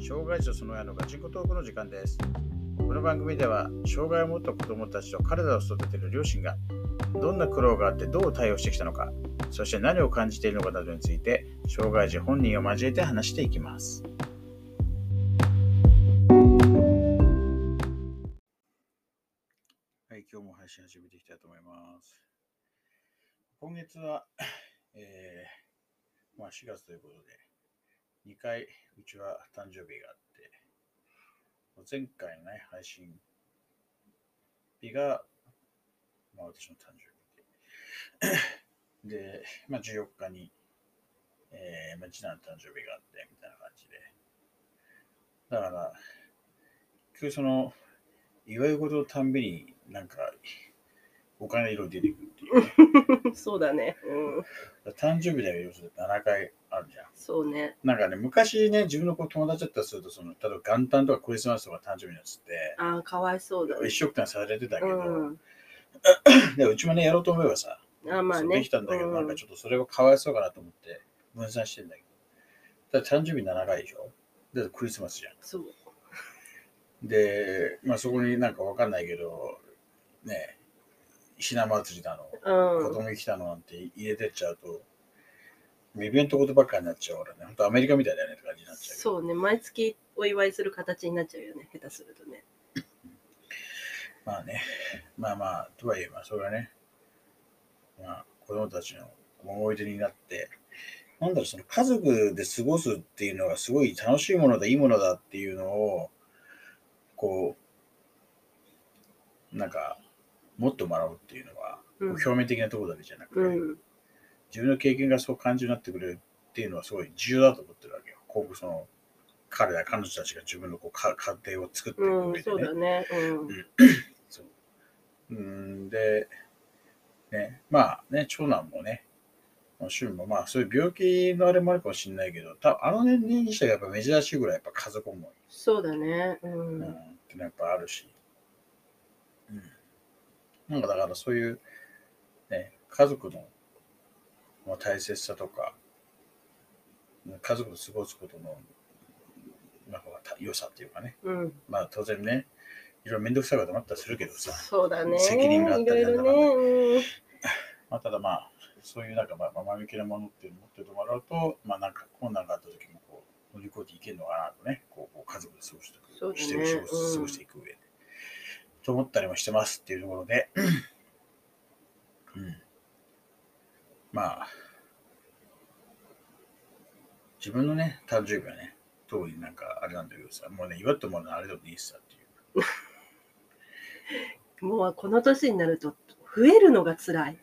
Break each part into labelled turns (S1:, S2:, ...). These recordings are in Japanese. S1: 障害者その親のガチンコトークの時間ですこの番組では障害を持った子どもたちと体を育てている両親がどんな苦労があってどう対応してきたのかそして何を感じているのかなどについて障害児本人を交えて話していきますはい今日も配信始めていきたいと思います今月は、えーまあ、4月ということで2回うちは誕生日があって、前回のね、配信日が、まあ、私の誕生日で、で、まあ、14日に、えーまあ、次男の誕生日があって、みたいな感じで。だから、結局その、祝い事のたんびになんか、お金が色々出てくるっていうね、
S2: そうだね。うん。
S1: だから誕生日だけ要するに7回あるじゃん。
S2: そうね。
S1: なんかね、昔ね、自分のこう友達だったりすると、その、例えば元旦とかクリスマスとか誕生日のやつって、
S2: ああ、かわいそうだね
S1: 一。食単されてたけ
S2: う
S1: ど、
S2: ん。
S1: でうちもね、やろうと思えばさ、
S2: あーまあ
S1: そう
S2: ね。
S1: できたんだけど、
S2: う
S1: なんかちょっとそれはかわいそうかなと思って、分散してんだけど。だから誕生日7回でしょだってクリスマスじゃん。
S2: そう。
S1: で、まあそこになんかわかんないけど、ね、ひな祭りだの、子
S2: うん。
S1: 供来たのなんて入れてっちゃうと、イベントことばっかりになっちゃうからね、ほんとアメリカみたいだよねって感じになっちゃうけど。
S2: そうね。毎月お祝いする形になっちゃうよね。下手するとね。
S1: まあね、まあまあ、とはいえ、まあそれはね、まあ子供たちの思い出になって、なんだろう、その家族で過ごすっていうのがすごい楽しいものだ、いいものだっていうのを、こう、なんか、もっともらおうっていうのは、
S2: うん。
S1: 表面的なところだけじゃなくて、
S2: うん。
S1: 自分の経験がそう感じになってくれるっていうのはすごい重要だと思ってるわけよ。今後その、彼ら、彼女たちが自分のこうか家庭を作っていく
S2: う
S1: 上
S2: ん。
S1: で
S2: そう
S1: ね
S2: だ。ね。うん。
S1: そう。うーん、で、ね、まあね、長男もね、まあ主もまあそういう病気のあれもあるかもしれないけど、たあの年齢にしてはやっぱ珍しいぐらいやっぱ家族思
S2: そうだね。う。
S1: い、うんん、
S2: う
S1: ってのはやっぱあるし、うん。なんかだからそういう、ね、家族の、まあ、大切さとか、家族と過ごすことの、なんかた良さっていうかね、
S2: ん。
S1: まあ当然ね、いろいろ面倒くさいこともあったりするけどさ、
S2: そうだね。
S1: 責任があったり
S2: いろい
S1: な
S2: ろ
S1: んだかんだ
S2: ね。
S1: まあ、ただまあ、そういうなんか、まあ、まあ前向きなものっていうのを持ってもらうと、まあなんか困難があった時もこう乗り越えていけるのかなとね、こうこう家族で過ごしていく
S2: そうだね
S1: して過ごす
S2: うん
S1: 過ごしていく上で、と思ったりもしてますっていうところで、うん、まあ、自分のね、誕生日はね、特になんかあれなんだけどさ、もうね、祝ってもらうのはあれでもいいさっていう。
S2: うん。もうこの年になると増えるのが辛い。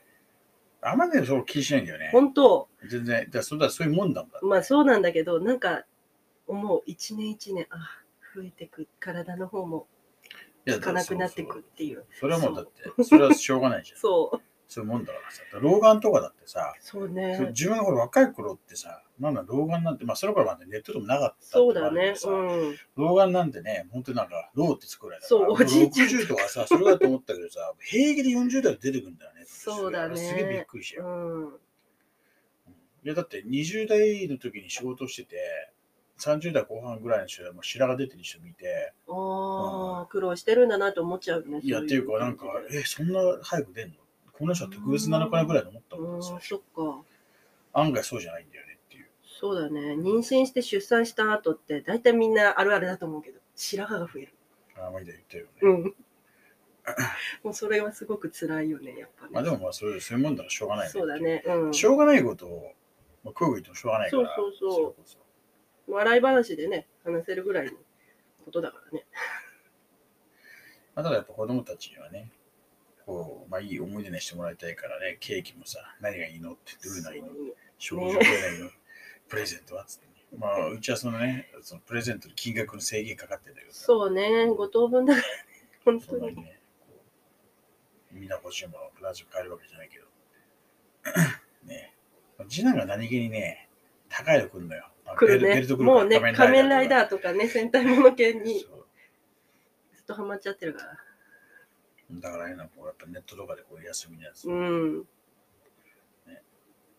S1: あんまりね、そう気にしないんだよね。
S2: 本当。
S1: 全然、だからそんなそういうもんだもんだって。
S2: まあそうなんだけど、なんか思う。一年一年、あー増えてく。体の方も
S1: いや
S2: 効かなくなって。
S1: だらそうそう
S2: くっていう。
S1: それはもうだって、それはしょうがないじ ゃん。
S2: そう。
S1: そういうもんだからさ。だから老眼とかだってさ、
S2: そう
S1: そう
S2: ね。
S1: 自分がほら若い頃ってさ、なんだ老眼なんて、まあその頃までネットでもなかったってい
S2: そ
S1: のも
S2: うだ
S1: あるけ
S2: ね
S1: ど。さ
S2: うん。
S1: 老眼なんてね、本当になんか、老ってつくらいだから、
S2: そうおじいちゃん
S1: 60とかさ、それだと思ったけどさ、平気で40代で出てくるんだよね。
S2: そうだね
S1: すげえびっくりしたよ。
S2: うん。
S1: いやだって20代の時に仕事してて、30代後半ぐらいの人でもう白髪出てる人見て、
S2: ああ、苦労してるんだなと思っちゃうね。
S1: いや、っていうか、なんか、え、そんな早く出んのこの人は特別なのかなぐらいの思った
S2: そういう
S1: もん
S2: うん、
S1: ですよ。
S2: そっか。
S1: 案外そうじゃないんだよねっていう。
S2: そうだね。妊娠して出産した後って、大体みんなあるあるだと思うけど、白髪が増える。
S1: あまり言ったよね。
S2: うん。もうそれはすごく辛いよね、やっぱね。
S1: まあでもまあそういう、そういうもんだらしょうがない、
S2: そうだ。ね。うん。
S1: しょうがないことを、まあ、食う言ってもしょうがないから。
S2: そうそうそう
S1: れこそ
S2: 笑い話でね、話せるぐらいのことだからね。
S1: まあ、ただやっぱ子供たちにはね、こう、まあいい思い出にしてもらいたいからね、ケーキもさ、何がいいのって、どういうのがいいの食事はどういうのがいいのプレゼントはっつってね。まあうちはそのね、そのプレゼントの金額の制限かかってんだけどさ、
S2: そうね。ご当分だからね。本
S1: そ
S2: 当
S1: んな
S2: に
S1: に。ね、こうみんな欲しいものをラジオ買えるわけじゃないけど。 ね次男が何気にね、高いの来るのよ。あ
S2: 来
S1: ベル
S2: る
S1: ト
S2: ね。
S1: ベルト
S2: も
S1: 来
S2: う
S1: る
S2: ね、
S1: から
S2: 仮面ライダーとかね、戦隊もの系にず
S1: そう
S2: っとハマっちゃってるから。
S1: だからね、こうやっぱネットとかでこう休みのやつ。
S2: う
S1: だ
S2: ん。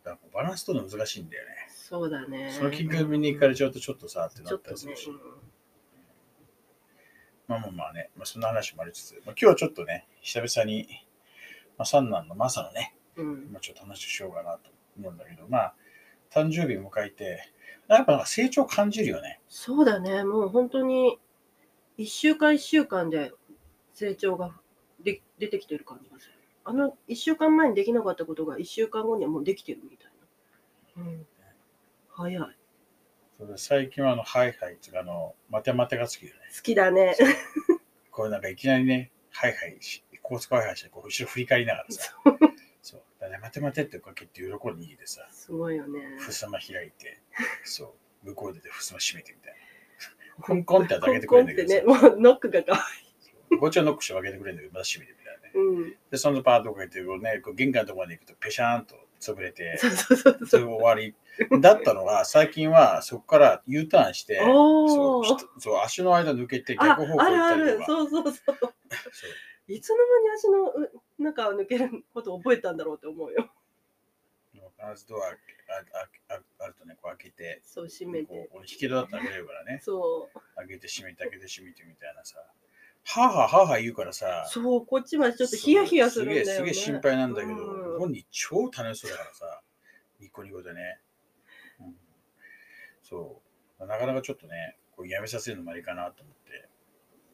S1: からこうバランス取るの難しいんだよね。
S2: そうだね。
S1: その金額見に行かれちゃうとちょっとさって
S2: ち
S1: な
S2: ょ
S1: っ
S2: ったと
S1: りす
S2: ね
S1: るし。、
S2: うん
S1: まあまあまあね、まあ、そんな話もありつつ、まあ、今日はちょっとね、久々に、まあ、三男のマサのね、
S2: うん。
S1: まあ、ちょっと話をしようかなと思うんだけど、まあ、誕生日迎えて、やっぱなんか成長感じるよね。
S2: そうだね。もう本当に、一週間一週間で成長がで出てきてる感じがする。あの、一週間前にできなかったことが一週間後にはもうできてるみたいな。うん。早い。好
S1: それで最近はあの、ハイハイっていうか、あの、マテマテが好きだよね。
S2: きだね。
S1: こうなんかいきなりね、ハイハイし、高速ハイハイして、こう後ろ振り返りながらさ、そう、だね、待て待てってこうけって喜んで逃げてさ、
S2: す ごいよね。
S1: ふすま開いて、そう、向こうでふすま閉めてみたいな。コンコンって開けてくれるんだけどさ
S2: コンコンってね、もうノックがかわ
S1: こっちはノックして開けてくれるんだけど、まだ閉めてみたいなね。
S2: いい。うん。
S1: で、そのパートを開けて、こうね、こう玄関のところまで行くと、ペシャーンと潰れて、
S2: そうそうそう
S1: そ
S2: そ
S1: れ
S2: う。
S1: 終わり。だったのが、最近はそこから U ターンして、そ
S2: お
S1: う
S2: お
S1: ひ。とそう足の間抜けて
S2: あ、
S1: 逆方向
S2: ある
S1: 行っ
S2: あ
S1: たり
S2: る
S1: と。か、
S2: そうそうそう。
S1: そう
S2: いつの間に足のう中を抜けることを覚えたんだろうって思うよ。
S1: 必ずドアああああるとね、こう開けて、
S2: そう、閉め
S1: こ
S2: て。
S1: う引き戸だったら開けるからね、
S2: そう。
S1: 開けて閉めて開けて閉めてみたいなさ、はあはあはあはあ言うからさ、
S2: そう、こっちまでちょっとヒヤヒヤするんだよね。
S1: そうすげえすげえ心配なんだけど、
S2: うん
S1: 本人超楽しそうだからさ、ニコニコでね。うんそう、なかなかちょっとね、こうやめさせるのもありかなと思って、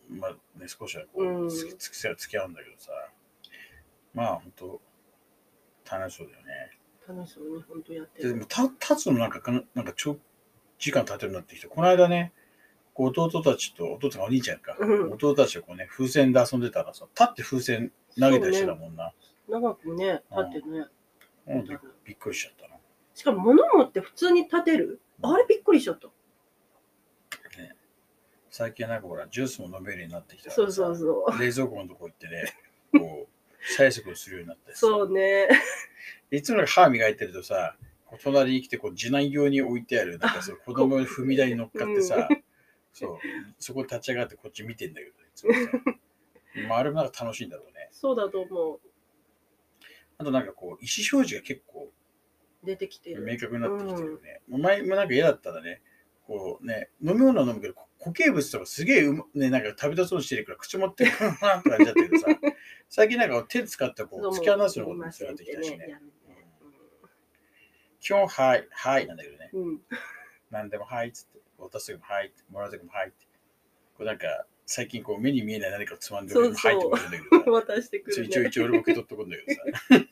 S1: まあね、少しはこ
S2: う
S1: う、
S2: ん
S1: つきつきせは付き合うんだけどさ、まあ本当、楽しそうだよね。
S2: 楽しそうに本当やって
S1: でで
S2: る。
S1: もた立つのなんかかななんか長時間経てるようになってきてこの間ねこう弟たちと弟がお兄ちゃんか、
S2: うん
S1: 弟たちとこうね風船で遊んでたらさ立って風船投げたりしてたもんな、
S2: 長くね、立ってね。
S1: うん、びびっくりしちゃったな
S2: しかも物持って普通に立てる。あれびっくりしちゃった。
S1: 最近はなんかほらジュースも飲めるようになってきたか
S2: そ
S1: ら
S2: う
S1: さ
S2: そうそう。
S1: 冷蔵庫のとこ行ってね こう催促をするようになってさ
S2: そうね。
S1: いつもより歯磨いてるとさこう隣に来てこう次男用に置いてあるなんかそう子供の踏み台に乗っかってさ、そうそこ立ち上がってこっち見てんだけどいつもさ まああれもなんか楽しいんだろうね
S2: そうだと思
S1: あとなんかこう意思表示が結構
S2: う。出てきてる。
S1: 明確になってきてるよね、前もなんか嫌だったらねこうね飲み物は飲むけどこ固形物とかすげえうま、ね、なんか食べたそうにしてるから口持ってくるなって感じだったけど さ最近なんか手使ったこう突き放すようなことになってきたしね
S2: やる
S1: 基本はいはいなんだけどね
S2: うんうん。
S1: 何でもはいっつって、渡す時もはいって、もらう時もはいって。こうなんか、最近こう目に見えない何かをつまんで
S2: そう
S1: 俺
S2: そう
S1: もはいってくるんだけどさ
S2: 渡してく
S1: そう、
S2: る
S1: 一応
S2: ね。
S1: 一応俺も受け取っとくんだけどさ。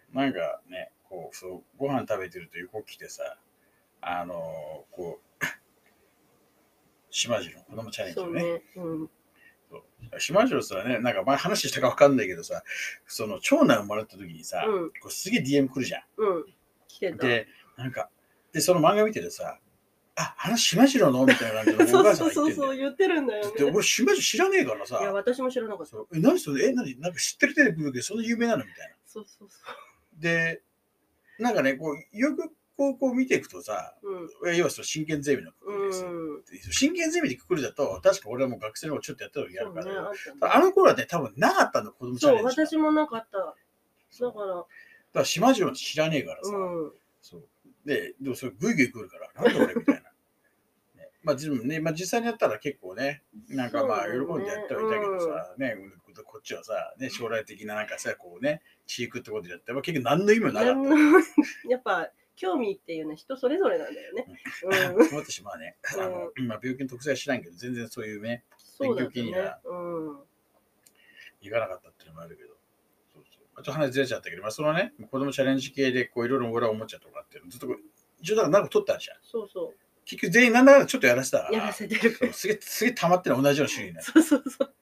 S1: なんかね、こう、そう、ご飯食べてると横来てさ、あのーこう、 島次郎、子供チャレンジ
S2: そ
S1: を
S2: う
S1: ね。
S2: ね。うん。
S1: 島次郎さんはね、なんか前話したか分かんないけどさ、その長男をもらった時にさ、
S2: うん
S1: こうすげえ DM 来るじゃん。
S2: うん。来てた。
S1: で、なんか、で、その漫画見ててさ、あ、あの島次郎のみたいな感じで
S2: そ
S1: お母
S2: う
S1: さ
S2: そ
S1: ん
S2: う
S1: が言
S2: そ
S1: ってんだよ。
S2: うそう言ってるんだよ、
S1: で、
S2: ね。
S1: 俺島次郎知らねえから
S2: いや
S1: さ、
S2: 私も知らなかった。
S1: そうえ、何それえ、何なんか知ってるテレビだけどそんな有名なのみたいな。
S2: そうそうそ
S1: で、なんかね、こう、よくこうこう見ていくとさ、
S2: う。うん。
S1: え要はその真剣ゼミのくくりでさ、
S2: うん。
S1: 真剣ゼミでくくりだと、確か俺はもう学生の方ちょっとやった時や
S2: そ
S1: る
S2: う
S1: か
S2: ね、
S1: ら、
S2: あったね
S1: あの頃はね、多分なかったの、子供チャ
S2: そ
S1: レ
S2: う、
S1: ンジが。
S2: 私もなかった。
S1: そ
S2: だ
S1: うだ
S2: か、
S1: からら島次郎知らねえからさ、
S2: うん。
S1: そう。で、でもそれグイグイ来るから、なんだ俺みたいな。 ね、まあ、自分ね、まあ、実際にやったら結構ね、なんかまあ、喜
S2: そうん
S1: でやってはいたけど
S2: だよ
S1: さ、
S2: ね
S1: ね、こっちはさ、ね、将来的ななんかさ、こうね、飼育ってことでやって、まあ、結局何の意味もなかった。
S2: なんの やっぱ、興味っていうのは人それぞれなんだよね。うん。
S1: そう私まあね、
S2: うん
S1: あの、まあ、病気の特性は知らんけど、全然そういうね、
S2: そうだっ
S1: 勉強気にな
S2: たね。うん。
S1: 行かなかったっていうのもあるけど、そうそう。まあちょっと話ずれちゃったけど、まあ、そのね、子供チャレンジ系で、こう、いろいろ俺は思っちゃったとかっていうの、ずっとこう、一応だからなんか取ったじゃん。
S2: そうそ
S1: 結局全員なんだかんだちょっとやらせたから
S2: う。やらせてる。
S1: そうすげえ、すげえ溜まってるの同じような種類になる。
S2: そうそうそう。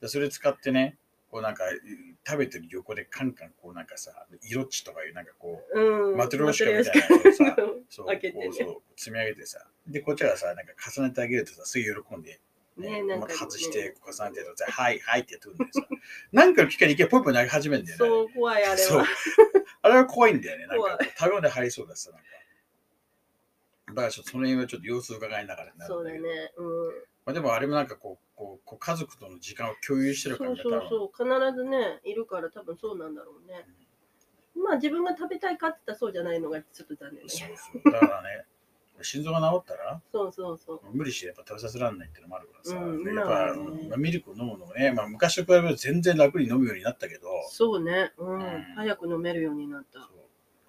S1: でそれ使ってね、こうなんかうん食べてる横でカンカンこうなんかさ、色っちとかいうなんかこ
S2: うん。
S1: マトリョーシカみたいな
S2: マトリョーシカ
S1: やつう、
S2: 開けてね
S1: こうそう積み上げてさ、で、こっちはさ、なんか重ねてあげるとさ、すぐ喜んで、
S2: ねなん
S1: ま
S2: か、
S1: た
S2: ね。
S1: 外して、こう重ねてるとさ、はいはいってやってくるんだよさ、 なんかの機会に一回ポイポイ投げ始めるんだよね。
S2: そう、怖いあれ
S1: そう
S2: は。。
S1: あれは怖いんだよね。なんか
S2: 怖い
S1: こう、食べ物で入りそうだしさ、なんか。だからちょっとその辺はちょっと様子を伺いながらになる
S2: そ
S1: ん
S2: う
S1: だ
S2: だ
S1: け
S2: ね
S1: ど、。
S2: うん。
S1: まあ、でもあれもなんかこうこうこう家族との時間を共有してる感じが多
S2: そう
S1: 分
S2: そうそう必ずねいるから多分そうなんだろうね、まあ自分が食べたいかって言ったらそうじゃないのがちょっと残念だ
S1: そう
S2: ね
S1: そう。だからね、心臓が治ったら、
S2: そうそうそう。
S1: 無理してやっぱ食べさせられないってのもあるからさ、
S2: うん
S1: で
S2: 今
S1: やっぱ
S2: は、ね
S1: まあミルクを飲むのもね、まあ、昔と比べると全然楽に飲むようになったけど、
S2: そうね。うん。
S1: うん
S2: 早く飲めるようになった。
S1: そう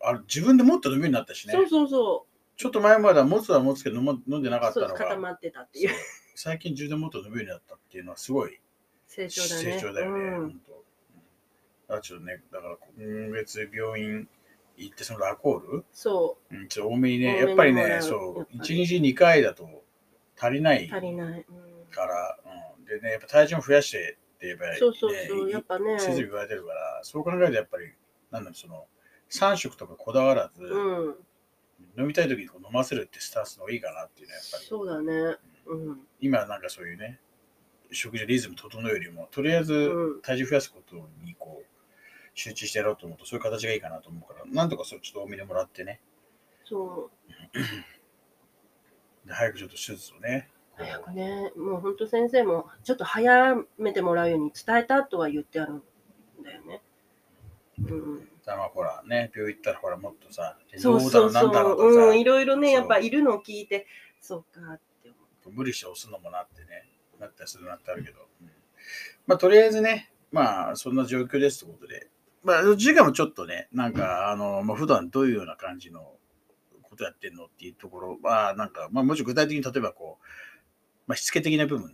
S1: あれ自分でもっと飲むようになったしね
S2: そうそうそ
S1: ちょっと前までは持つは持つけど飲ま飲んでなか
S2: う。
S1: った
S2: そ
S1: の
S2: う
S1: が
S2: 固まってたっていう
S1: そう最近充電もっと飲むようになったっていうのはすごい
S2: 成長だね。
S1: 成長だよね。
S2: う
S1: ほん
S2: ん、
S1: とうんあちょっとね、だから今月病院行って、そのラコール、
S2: そ
S1: うん、ちょっと多めにね、
S2: 多め
S1: や
S2: に
S1: っぱり
S2: もら
S1: ね、
S2: う
S1: そ
S2: やっ
S1: う、
S2: ぱ
S1: 1
S2: り
S1: 日2回だと足りな
S2: う。
S1: いか
S2: 足りない。うん、
S1: ら、うん、でね、やっぱ体重も増やしてって言えば、ね、
S2: そうそうそう。やっぱね。
S1: いつも言われてるから、そう考えるとやっぱり、なんだろう、その、3食とかこだわらず、
S2: うん。
S1: 飲みたい時にこう飲ませるってスタンスの方がいいかなっていうね、やっぱり。
S2: そうだね。うん。
S1: 今なんかそういうね食事リズム整うよりもとりあえず
S2: うん
S1: 体重増やすことにこう集中してやろうと思うとそういう形がいいかなと思うからなんとかそれちょっと多めでもらってね
S2: そう。
S1: で早くちょっと手術をねこ
S2: 早く
S1: う
S2: ね、もう本当先生もちょっと早めてもらうように伝えたとは言ってあるんだよね。うん、
S1: だからほらね病院行ったらほらもっとさ
S2: そうそ
S1: どう
S2: う
S1: だろうなんだろ
S2: そうう、
S1: と
S2: う
S1: さ
S2: ん、いろいろね、
S1: そう
S2: やっぱいるのを聞いて、そうかって思って。
S1: 無理して押すのもなってねなったりするなってあるけど、うんまあとりあえずねまあそんな状況ですってことでまあ次回もちょっとねなんかあの、まあ、普段どういうような感じのことやってんのっていうところはなんかまあもちろん具体的に例えばこう、まあ、しつけ的な部分、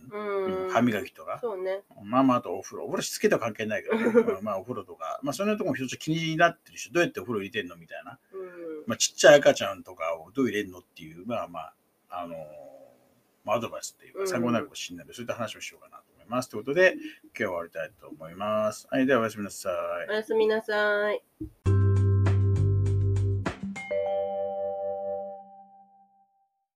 S2: うん、
S1: 歯磨きとか、
S2: そうね、
S1: まあまああとお風呂お風呂しつけとは関係ないけど、 まあまあお風呂とかまあそんなとこも一つ気になってるしどうやってお風呂入れてんのみたいな
S2: うん、
S1: まあ、ちっちゃい赤ちゃんとかをどう入れるのっていう、まあまあ、あのーまあアドバイスっていう
S2: う
S1: か、
S2: ん
S1: 参考になるかもしれないので、そういった話をしようかなと思います。ということで、今日は終わりたいと思います。はい、ではおやすみなさい。
S2: おやすみなさい。